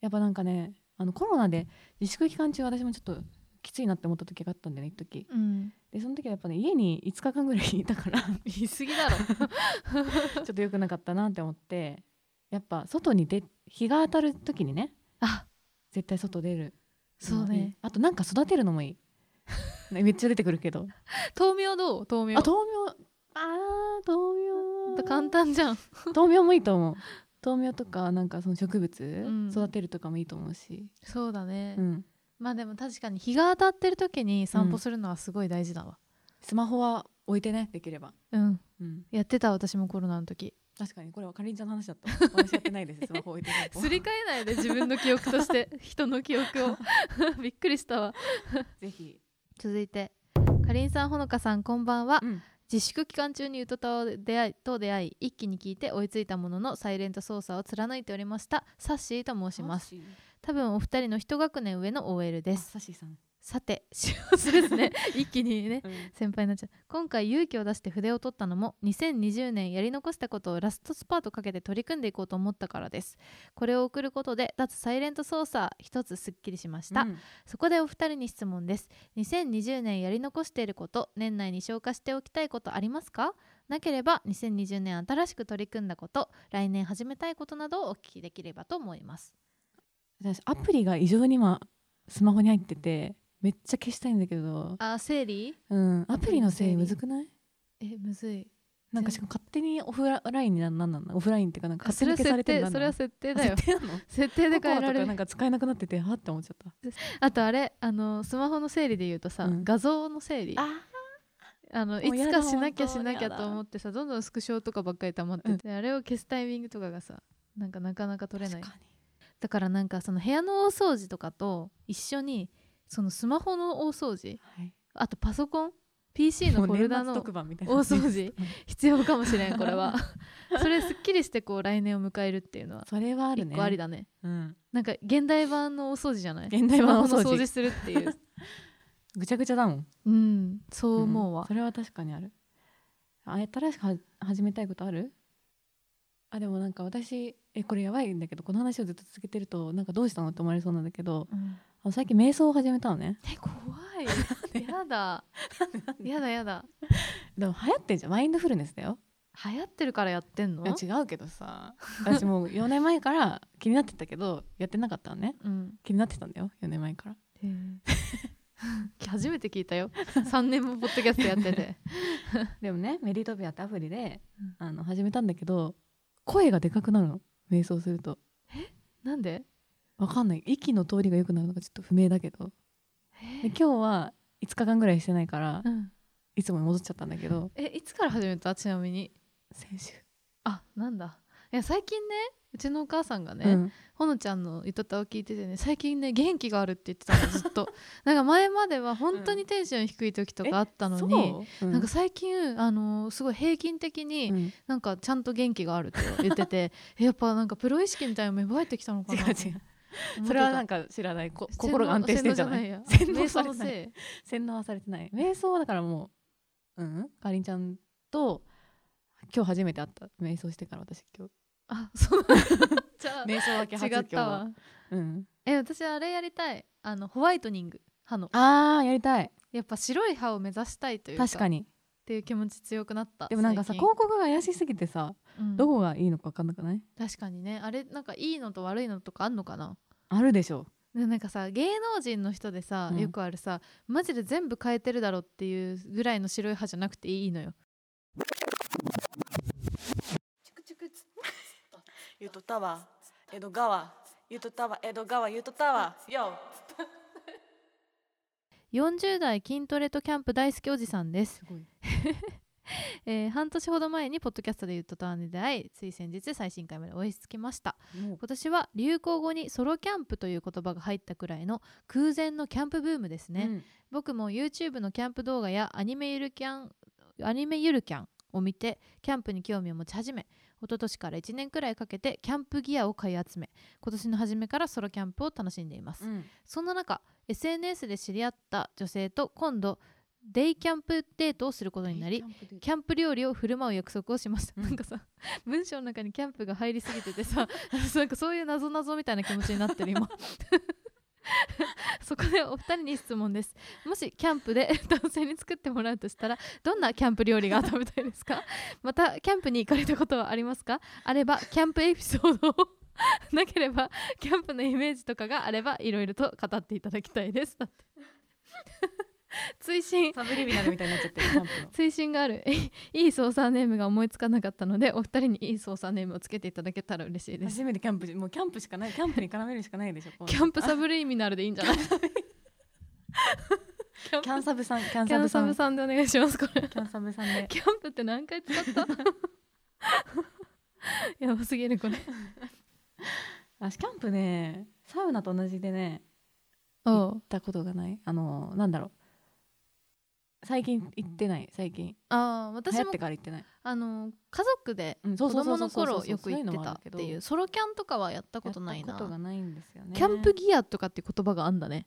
やっぱなんかねあのコロナで自粛期間中私もちょっときついなって思った時があったんだよね一時うんでその時はやっぱね家に5日間ぐらいいたから言い過ぎだろ ちょっと良くなかったなって思ってやっぱ外に出日が当たる時にねあ絶対外出るそうねあとなんか育てる のもいいねめっちゃ出てくるけど豆苗どう豆あ苗豆苗あー豆苗簡単じゃん豆苗もいいと思う豆苗とかなんかその植ん物育てるとかもいいと思うし、そうだね、うん、まあでも確かに日が当たってる時に散歩するのはすごい大事だわスマホは置いてねできれば、うん、うん、やってた私もコロナの時確かにこれはかりんちゃんの話だった私やってないですスマホ置いてない すり替えないで自分の記憶として 人の記憶 をびっくりしたわぜひ、続いてかりんさんほのかさんこんばんは、うん自粛期間中に歌と出会いと出会い一気に聞いて追いついたもののサイレント操作を貫いておりましたサッシーと申します多分お二人の一学年上の OL ですサシさん、さて幸せです ね一気にね先輩になっちゃう今回勇気を出して筆を取ったのも2020年やり残したことをラストスパートかけて取り組んでいこうと思ったからですこれを送ることで脱サイレント操作一つすっきりしました、そこでお二人に質問です2020年やり残していること年内に消化しておきたいことありますかなければ2020年新しく取り組んだこと来年始めたいことなどをお聞きできればと思います私アプリが異常に今スマホに入っててめっちゃ消したいんだけど、あ整理うん、アプリのせアプリの整理いむずくないえむずいなんかしかも勝手にオフラインにななんなんなんオフラインっていうかなんかそ勝手れには消さ設れて定るのそれは設定だ設定よ 設定なの設定で変えらココアれとかなるんか使えなくなっててはって思っちゃったあとあれあのスマホの整理で言うとさ、うん画像の整理ああのいもうつやだかしなきゃ本し当なきゃやだと思ってさどんどんスクショとかばっかり溜まってて、あれを消すタイミングとかがさなんかなかなか取れないだからなんかその部屋の大掃除とかと一緒にそのスマホの大掃除はいあとパソコン PC のフォルダの番みた大掃除必要かもしれんこれはそれすっきりしてこう来年を迎えるっていうのは それはある一ね個ありだねうん、なんか現代版の大掃除じゃない現代版大掃除スマホの掃除するっていうぐちゃぐちゃだもんうんそう思うわ、んそれは確かにあるあ新しくは始めたいことあるあでもなんか私えこれやばいんだけどこの話をずっと続けてるとなんかどうしたのって思われそうなんだけどうんあの最近瞑想を始めたのねえ怖いやだやだやだでも流行ってんじゃんマインドフルネスだよ流行ってるからやってんのいや違うけどさ私もう4年前から 気になってたけどやってなかったのねうん気になってたんだよ4年前から 初めて聞いたよ3年もポッドキャストやって てでもねメリトピアってアプリでうん、あの始めたんだけど声がでかくなるの瞑想するとなんでわかんない息の通りが良くなるのかちょっと不明だけどでえ今日は5日間ぐらいしてないからうんいつもに戻っちゃったんだけどえいつから始めたちなみに先週、あなんだいや最近ねうちのお母さんがね、うんほのちゃんの歌ったを聞いててね最近ね元気があるって言ってたのずっ となんか前までは本当にテンション低い時とかあったのに、そうなんか最近あのーすごい平均的に、うんうんなんかちゃんと元気があるって言って てえやっぱなんかプロ意識みたいなの芽生えてきたのか違うな違うそれはなんか知らないこ心が安定してるじゃない洗洗脳脳さされれててない洗脳はされてない瞑想はだからもううんかりんちゃんと今日初めて会った瞑想してから私今あ そうなんだじゃ日瞑想だけ初あ違ったわ今日うんえ私あれやりたいあのホワイトニング歯のあーやりたいやっぱ白い歯を目指したいというか確かにっていう気持ち強くなったでもなんかさ最近広告が怪しすぎてさうんどこがいいのか分かんなくない確かにねあれなんかいいのと悪いのとかあんのかなあるでしょでなんかさ芸能人の人でさ、うんよくあるさマジで全部変えてるだろっていうぐらいの白い歯じゃなくていいのよゆとたわ、江戸川、ゆとたわ、江戸川、ゆとたわ、よ。 40代筋トレとキャンプ大好きおじさんです、すごいえー半年ほど前にポッドキャストで言ったターンで出会いつい先日最新回まで追いつきましたもう今年は流行語にソロキャンプという言葉が入ったくらいの空前のキャンプブームですね、うん僕も YouTube のキャンプ動画やアニメゆるキャンアニメゆるキャンを見てキャンプに興味を持ち始め一昨年から1年くらいかけてキャンプギアを買い集め今年の初めからソロキャンプを楽しんでいます、うんそんな中 SNS で知り合った女性と今度デイキャンプデートをすることになりキャンプ料理を振る舞う約束をしました、うんなんかさ文章の中にキャンプが入りすぎててさ なんかそういう謎謎みたいな気持ちになってる今 そこでお二人に質問ですもしキャンプで 男性に作ってもらうとしたらどんなキャンプ料理が食べたいですか またキャンプに行かれたことはありますかあればキャンプエピソードを なければキャンプのイメージとかがあればいろいろと語っていただきたいですだって 追伸サブリミナルみたいになっちゃ ってるキャンプの推進がある いい操作ネームが思いつかなかったのでお二人にいい操作ネームをつけていただけたら嬉しいです初めてキャンプもうキャンプしかないキャンプに絡めるしかないでしょこうキャンプサブリミナルでいいんじゃないキャンキャンサブさんキャンキャサンサブブさんキさんでお願いしますこれャンサブさんでキャンプって何回使ったやばすぎる これ私キャンプねサウナと同じでねお行ったことがないあのなんだろ最近行ってない最近あー流私行っもてから行ってないあの家族でうんそ子うそうそ供うそのうそう頃よそくうい行っうのてもあたるけっどていうソロキャンとかはやったことないやなったことがないんですよねキャンプギアとかって言葉があんだね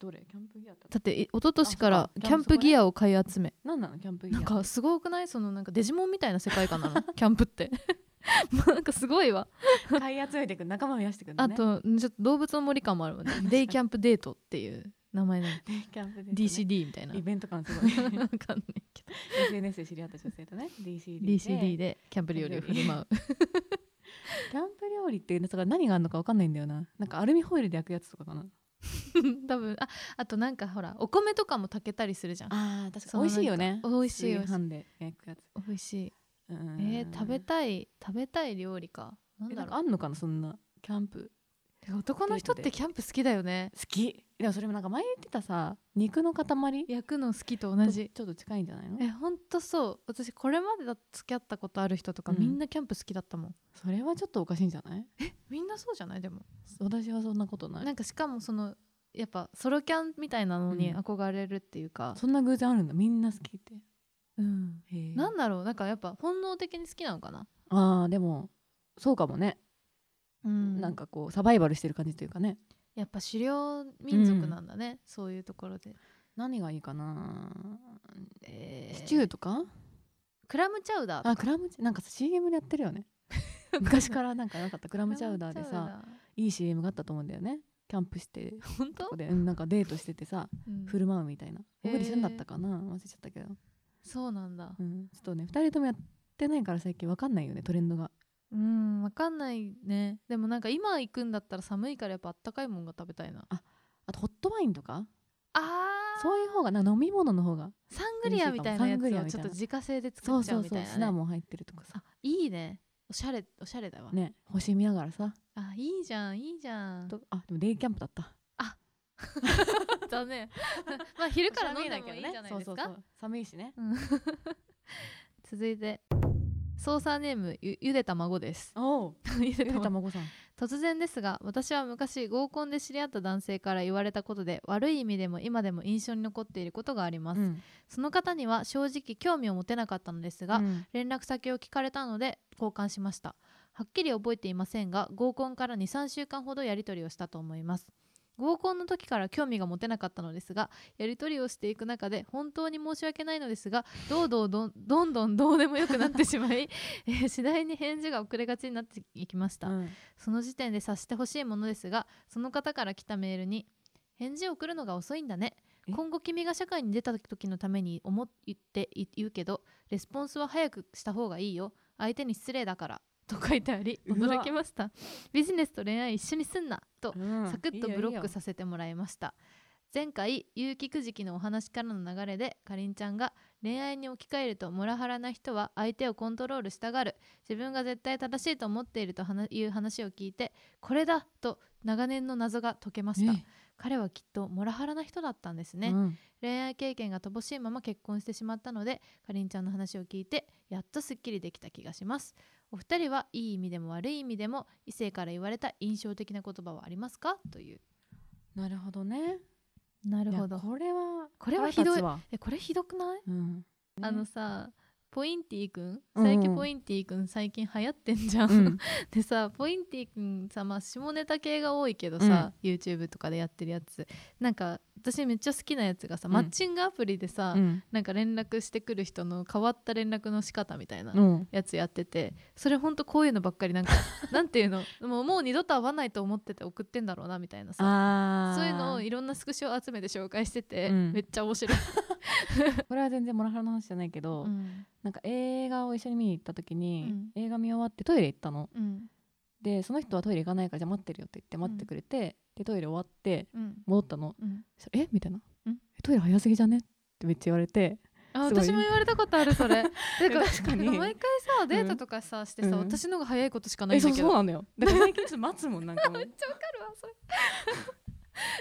どれキャンプギアってだってい一昨年かあらそうかキャンプギアを買い集め何なのキャンプギアなんかすごくないそのなんかデジモンみたいな世界観な のキャンプってもうなんかすごいわ 買い集めてく仲間増やしてくるあねとんちょっと動物の森感もあるもんね デイキャンプデートっていう名前なの キャンプで DCD みたいなイ分ベント感すごいかんないけど SNS で知り合った女性とね DCD で DCD でキャンプ料理を振る舞うキャンプ料理ってだから何があるのか分かんないんだよななんかアルミホイルで焼くやつとかかな 多分ああとなんかほらお米とかも炊けたりするじゃんあー確かに美味しいよねそのなんか美味しい美味しい炊飯で焼くやつ美味しいええー、食べたい食べたい料理かなんえだなんろかあんのかなそんなキャンプう男の人っデてートでキャンプ好きだよね好きでもそれもなんか前言ってたさ肉の塊と焼くの好きと同じちょっと近いんじゃないのえほんとそう私これまでだ付き合ったことある人とか、うんみんなキャンプ好きだったもんそれはちょっとおかしいんじゃないみんなそうじゃないでも、私はそんなことないなんかしかもそのやっぱソロキャンみたいなのにうん憧れるっていうか、そんな偶然あるんだみんな好きってうんななんんだろうなんかやっぱ本能的に好きなのかな、あーでもそうかもね、うんなんかこうサバイバルしてる感じというかねやっぱ狩猟民族なんだね、そういうところで、何がいいかな、えシチューとかクラムチャウダーとかあクラムチなんか CM でやってる よね昔からなんかなかったクラムチャウダーでクラムさチャウいい CM があったと思うんだよねキャンプしてダー本当ここでうんなんかデートしててさうん振る舞うみたいなへー僕でしたんだったかな忘れちゃったけど、そうなんだうん、ちょっとね2人ともやってないから最近わかんないよねトレンドがうんわかんないねでもなんか今行くんだったら寒いからやっぱあったかいもんが食べたいなあとホットワインとかあーそういう方がな飲み物の方がサングリアみたいなやつサングリアをみちたょっいなと自家製でそ作うっちゃそううみそたういシなナねモン入ってるとかさあいいねおしゃれおしゃれだわね星見ながらさあいいじゃんいいじゃんとあでもデイキャンプだっただね まあ昼から飲んでもいいじゃないですそうそうそかう寒いしねうん続いて操作ネームゆゆでた孫ですおおゆでた ゆで孫たまごさん 突然ですが私は昔合コンで知り合った男性から言われたことで悪い意味でも今でも印象に残っていることがあります、うんその方には正直興味を持てなかったのですが、うん連絡先を聞かれたので交換しましたはっきり覚えていませんが合コンから23週間ほどやり取りをしたと思います合コンの時から興味が持てなかったのですがやり取りをしていく中で本当に申し訳ないのですがどうどうどんどんどんどうでもよくなってしまい、 えー次第に返事が遅れがちになっていきました、うんその時点で察してほしいものですがその方から来たメールに「返事を送るのが遅いんだねえ今後君が社会に出た時のために思ってい言うけどレスポンスは早くした方がいいよ相手に失礼だから」と書いてありうわ驚きましたビジネスと恋愛一緒にすんなとうんサクッとブロックさせてもらいました前回有機くじきのお話からの流れでかりんちゃんが恋愛に置き換えるとモラハラな人は相手をコントロールしたがる自分が絶対正しいと思っていると話いう話を聞いてこれだと長年の謎が解けまいいしたよいいよ彼はきっとモラハラな人だったんですえね、うん恋愛経験が乏しいまま結婚してしまったのでかりんちゃんの話を聞いてやっとすっきりできた気がしますお二人はいい意味でも悪い意味でも異性から言われた印象的な言葉はありますかというなるほどねなるほいどやこれはこれはひどい腹立つわえこれひどくない、うんねあのさポインティくんうん最近ポインティくん最近流行ってんじゃん、うん でさポインティくんさ、まあ、下ネタ系が多いけどさ、YouTube とかでやってるやつなんか私めっちゃ好きなやつがさ、うんマッチングアプリでさ、うんなんか連絡してくる人の変わった連絡の仕方みたいなうんやつやっててそれほんとこういうのばっかりなん かなんていうのもうもう二度と会わないと思ってて送ってんだろうなみたいなさあーそういうのをいろんなスクショを集めて紹介してて、うんめっちゃ面白い、これは全然モラハラの話じゃないけど、うんなんか映画を一緒に見に行った時に、映画見終わってトイレ行ったのうんでその人はトイレ行かないからじゃあ待ってるよって言って待ってくれて、でトイレ終わってうん戻ったのうん、そしたらえみたいな、うんえトイレ早すぎじゃねってめっちゃ言われてあすごい私も言われたことあるそ れてか確かになん毎回さデートとかさ、してさ、うん私の方が早いことしかないえんだそうけそどうわなんだよ だから最近ちょっと待つもんなんかもうかるわそれ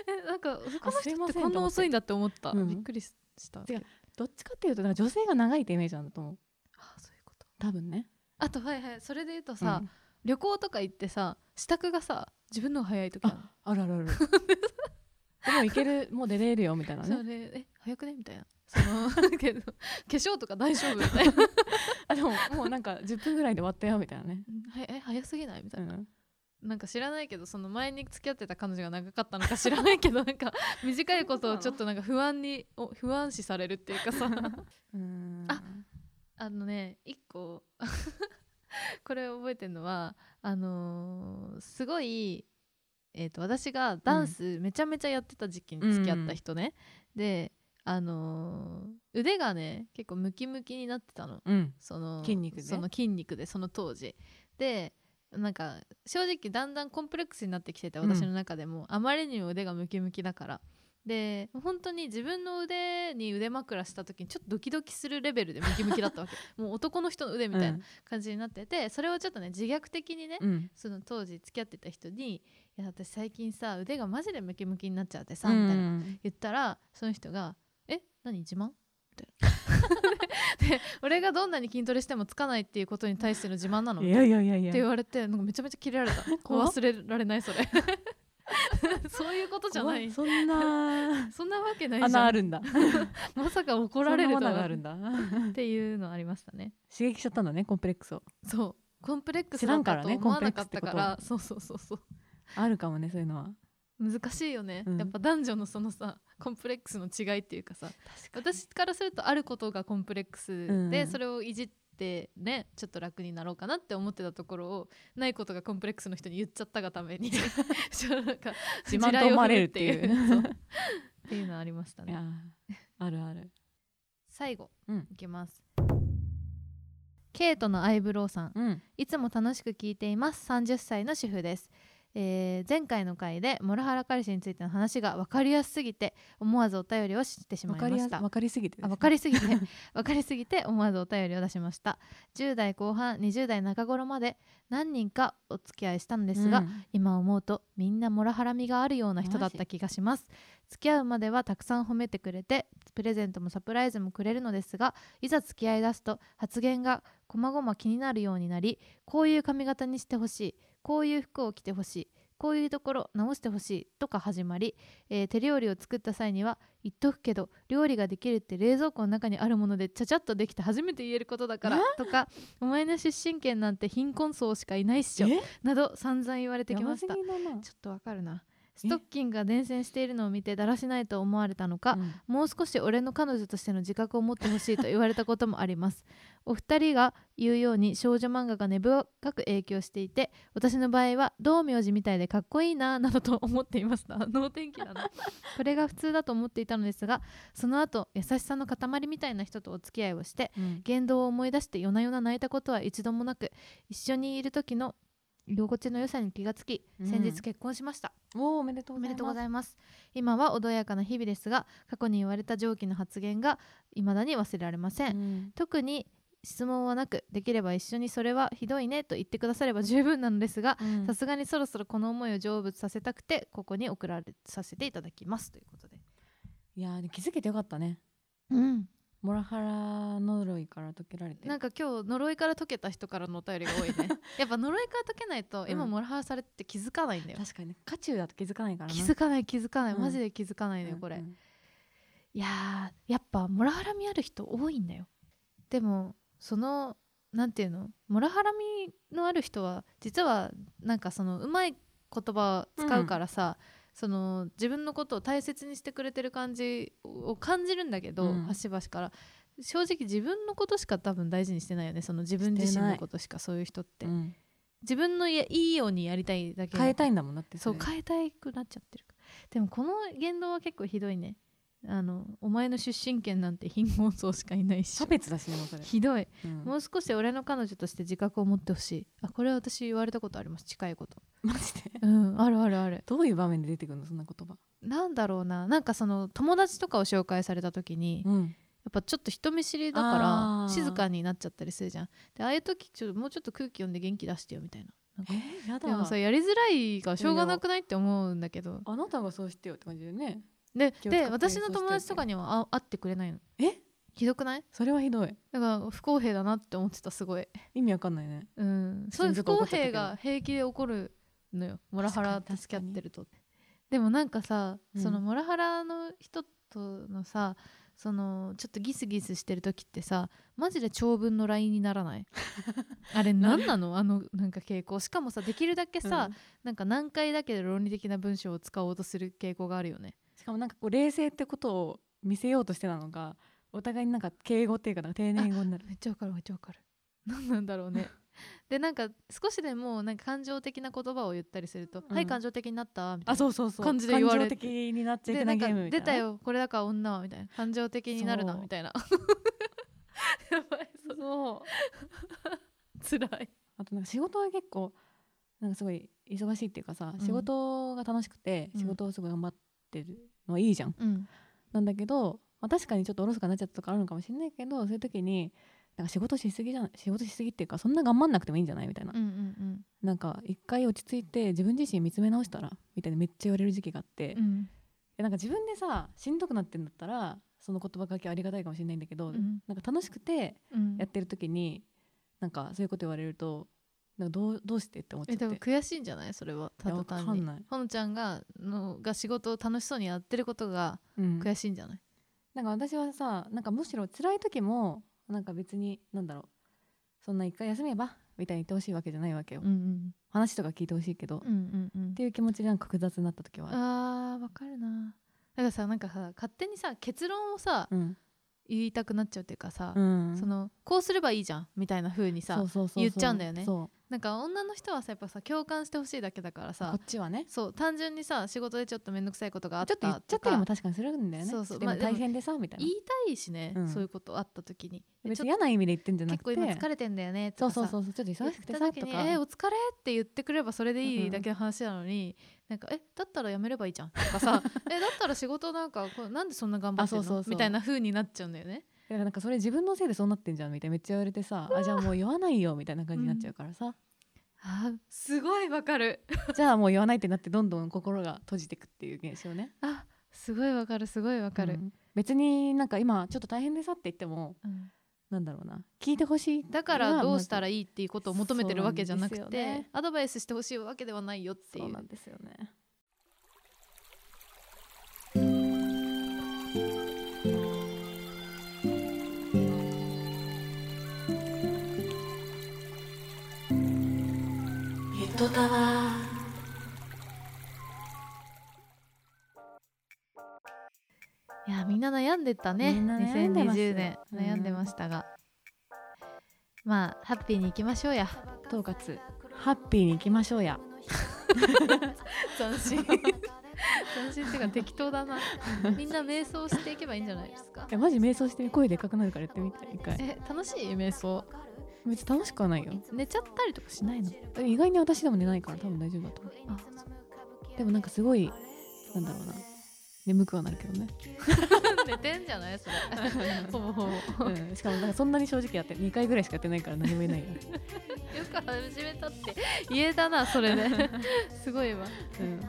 えなんかこすいの人っませてんこんな遅いんだって思った、うんびっくりした違うどっちかっていうとなんか女性が長いってイメージなんだと思うあそういうこと多分ねあとはいはいそれで言うとさ、旅行とか行ってさ支度がさ自分の方が早い時あるの あるあるあるもう行けるもう出れるよみたいなそねれえ早くねみたいなその けど化粧とか大丈夫みたいなあでももうなん か10分ぐらいで終わったよみたいなね、はえ早すぎないみたういな、ん、なんか知らないけどその前に付き合ってた彼女が長かったのか知らないけどなん か短いことをちょっとなんか不安にお不安視されるっていうかさうんああのね一個 これ覚えてるのはあのーすごい、えー、と私がダンスめちゃめちゃやってた時期に付き合った人ね、であのー腕がね結構ムキムキになってたのうんその筋肉でその筋肉でその当時でなんか正直だんだんコンプレックスになってきててうん私の中でも、あまりにも腕がムキムキだからで本当に自分の腕に腕枕した時にちょっとドキドキするレベルでムキムキだったわ けもう男の人の腕みたいな感じになってて、それをちょっとね自虐的にね、うんその当時付き合ってた人に「いや私最近さ腕がマジでムキムキになっちゃってさ」うみたいなん言ったらその人が「え何自慢?」みたい なで俺がどんなに筋トレしてもつかないっていうことに対しての自慢なのっいてやいやいやいや言われてなんかめちゃめちゃキレられた 怖っ忘れられないそれ そういうことじゃない怖そ んなそんなわけないじ穴ゃあんるんだまさか怒られるそんとはな罠があるんだ っていうのありましたね刺激しちゃったんだねコンプレックスをそうコンプレックス知らなんんかからとね思わなかったコンプレかックスらっそうそうそうそうあるかもねそういうのは難しいよね、うんやっぱ男女のそのさコンプレックスの違いっていうかさ私からするとあることがコンプレックスで、うんそれをいじってねちょっと楽になろうかなって思ってたところをないことがコンプレックスの人に言っちゃったがため にちょっとなんか自慢と思われるってい地う雷を踏むっていうそ うっていうのありましたいやねーあるある最後、うんいきますケイトのアイブロウさんうんいつも楽しく聞いています30歳の主婦です、えー前回の回でモラハラ彼氏についての話が分かりやすすぎて思わずお便りをしてしまわいかまりやしすたわかりすぎてですあね分かりすぎて 分かりすぎて思わずお便りを出しました10代後半20代中頃まで何人かお付き合いしたのですが、うん今思うとみんなモラハラみがあるような人だっマた気がします付き合うまではたくさん褒めてくれてプレゼントもサプライズもくれるのですがいざ付き合いだすと発言がこまごま気になるようになりこういう髪型にしてほしいこういう服を着てほしいこういうところ直してほしいとか始まり、えー手料理を作った際には言っとくけど料理ができるって冷蔵庫の中にあるものでちゃちゃっとできて初めて言えることだからとかお前の出身県なんて貧困層しかいないっしょえなど散々言われてきま山しすたぎだなちょっとわかるなストッキングが伝染しているのを見てだらしないと思われたのか、うんもう少し俺の彼女としての自覚を持ってほしいと言われたこともあり ますお二人が言うように少女漫画が根深く影響していて私の場合は道明寺みたいでかっこいいななどと思っていました 能天気だなこれが普通だと思っていたのですがその後優しさの塊みたいな人とお付き合いをしてうん言動を思い出して夜な夜な泣いたことは一度もなく一緒にいる時の居心地の良さに気がつきうん先日結婚しました、おーおめでとうおござめいでとうまごすざいます今は穏やかな日々ですが過去に言われた上記の発言が未だに忘れられません、うん特に質問はなくできれば一緒にそれはひどいねと言ってくだされば十分なのですがうんさすがにそろそろこの思いを成仏させたくてここに送られさせていただきますということでいやーで気づけてよかったねうんモラハラ呪いから解けられてなんか今日呪いから解けた人からのお便りが多い ねやっぱ呪いから解けないと今うんモラハラされてて気づかないんだよ、確かにね渦中だと気づかないからな気づかない気づかない、うんマジで気づかないのよこれ、うんいやーやっぱモラハラみある人多いんだよでもそのなんていうのモラハラみのある人は実はなんかそのうまい言葉を使うからさ、その自分のことを大切にしてくれてる感じを感じるんだけど、うん端々から正直自分のことしか多分大事にしてないよねその自分自身のことしかそういう人って、うん自分のやいいようにやりたいだけ変えたいんだもんだってそうれ変えたくなっちゃってるからでもこの言動は結構ひどいねあのお前の出身県なんて貧困層しかいないし差別だしねもうそれひどいうんもう少し俺の彼女として自覚を持ってほしいあこれは私言われたことあります近いことマジでうんあるあるあるどういう場面で出てくるのそんな言葉なんだろうななんかその友達とかを紹介された時にやうんっぱちょっと人見知りだかあーら静かになっちゃったりするじゃんでああいう時ちょっともうちょっと空気読んで元気出してよみたいななんかえーやだでもさやりづらいがしょうがなくないって思うんだけどあなたがそうしてよって感じだよねで気を使ってで私の友達とかにはあ会ってくれないのえひどくないそれはひどいだから不公平だなって思ってたすごい、意味わかんないねうん、そういう親不族怒公っちゃ平ったけどが平気で起こるのよモラハラ確かとに付き合ってるとでもなんかさ、うんそのモラハラの人とのさそのちょっとギスギスしてる時ってさマジで長文のラインにならない あれ何なのあのなんか傾向しかもさできるだけさ、うんなんか難解だけど論理的な文章を使おうとする傾向があるよねしかもなんかこう冷静ってことを見せようとしてなのかお互いになんか敬語っていうかなんか丁寧語になるめっちゃわかるめっちゃわかる何なんだろうね でなんか少しでもなんか感情的な言葉を言ったりすると「うんはい感情的になった」みたいあなそうそうそう感じで言われて感情的になっちゃいでけなないんゲかームみたいな出たよこれだから女はみたいな感情的になるなそうみたいな やばいそそうつらいあとなんか仕事は結構なんかすごい忙しいっていうかさ、ん仕事が楽しくてうん仕事をすごい頑張ってるのはいいじゃん、うんなんだけど、まあ、確かにちょっとおろそかになっちゃったとかあるのかもしれないけどそういう時になんか仕事しすぎじゃん仕事しすぎっていうかそんな頑張んなくてもいいんじゃないみたいな、うんうんなんか一回落ち着いて自分自身見つめ直したらみたいなめっちゃ言われる時期があって、うんうんでなんか自分でさしんどくなってんだったらその言葉かけありがたいかもしれないんだけど、うんなんか楽しくてうんやってる時になんかそういうこと言われるとなんかどうどうしてって思っちゃえってでも悔しいんじゃないそれはただ単いやわかにんないほのちゃんがのが仕事を楽しそうにやってることがうん悔しいんじゃない、なんか私はさなんかむしろ辛い時もなんか別になんだろうそんな一回休めばみたいに言ってほしいわけじゃないわけよ、うん話とか聞いてほしいけど、うんっうんうんうんていう気持ちでなんか複雑になった時はあるあーわかるなだからさなんかさ勝手にさ結論をさうん言いたくなっちゃうっていうかさ、うんそのこうすればいいじゃんみたいな風にさそうそうそうそう言っちゃうんだよねそうなんか女の人はさやっぱさ共感してほしいだけだからこさっちはねそう単純にさ仕事でちょっと面倒くさいことがあっちょたっと言っちゃったりも確かにするんだよねそうそうちょっとま今あでも大変でさみたいな言いたいしね、うんそういうことあった時にで別ちょにっ嫌な意味で言ってんじゃとな結くて構今疲れてんだよねとそうかさそうそうそうちょっと忙しくて言さった時とにかえお疲れ」って言ってくれればそれでいいだけの話なのに、なんか「えだったらやめればいいじゃん」とか さ「えだったら仕事なんかこうなんでそんな頑張ってんのあそうそうそうみたいな風になっちゃうんだよね。だからなんかそれ自分のせいでそうなってんじゃんみたいなめっちゃ言われてさあじゃあもう言わないよみたいな感じになっちゃうからさ、あーすごいわかる じゃあもう言わないってなってどんどん心が閉じてくっていう現象ねあすごいわかるすごいわかうる、ん別になんか今ちょっと大変でさって言ってもうんなんだろうな聞いてほしいだからどうしたらいいっていうことを求めてるわけじゃなくそうなんて、ですよねアドバイスしてほしいわけではないよっていそううなんですよねゆとたわいやみんな悩んでたねみんな悩んでます2020年うん悩んでましたが、まあハッピーに行きましょうや統括ハッピーに行きましょうや 斬新斬新っていうか適当だな みんな瞑想していけばいいんじゃないですかえマジ瞑想してみ声でかくなるからやってみて一回え楽しい瞑想別に楽しくはないよ寝ちゃったりとかしないのでも意外に私でも寝ないから多分大丈夫だと思あうでもなんかすごいなんだろうな眠くはなるけ どね、 寝てんじゃないそれ ほぼほぼうん、しかもなんかそんなに正直やって2回ぐらいしかやってないから何も言え ないよ、よく始めたって言えたなそ れですごいわうん、引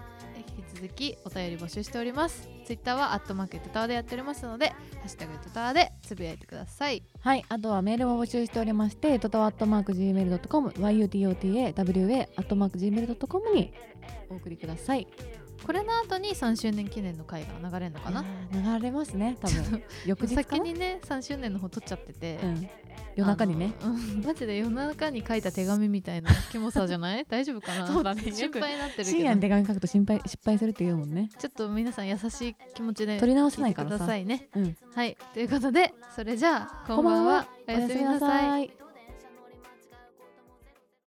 き続きお便り募集しておりますツイッターはアットマークトタワーでやっておりますので「ハッシュタグトタワー」でつぶやいてくださいはい、あとはメールを募集しておりまして、トタワットマーク gmail.com、yutotawa アットマーク gmail.com にお送りください。これの後に3周年記念の回が流れるのかなえー流れますね、多ちょっ分。翌日か先な、にね3周年の方撮っちゃってて、うん、夜中にね。あのうんマジで夜中に書いた手紙みたいなキモさじゃない 大丈夫かなそうだねよ く心配になってるけど深夜に手紙書くと心配失敗するって言うもんね。ちょっと皆さん優しい気持ちで取り直せ聞ないいてかくだらささ。いねうん、はいということでそれじゃあこんばんはおやすみなさいい。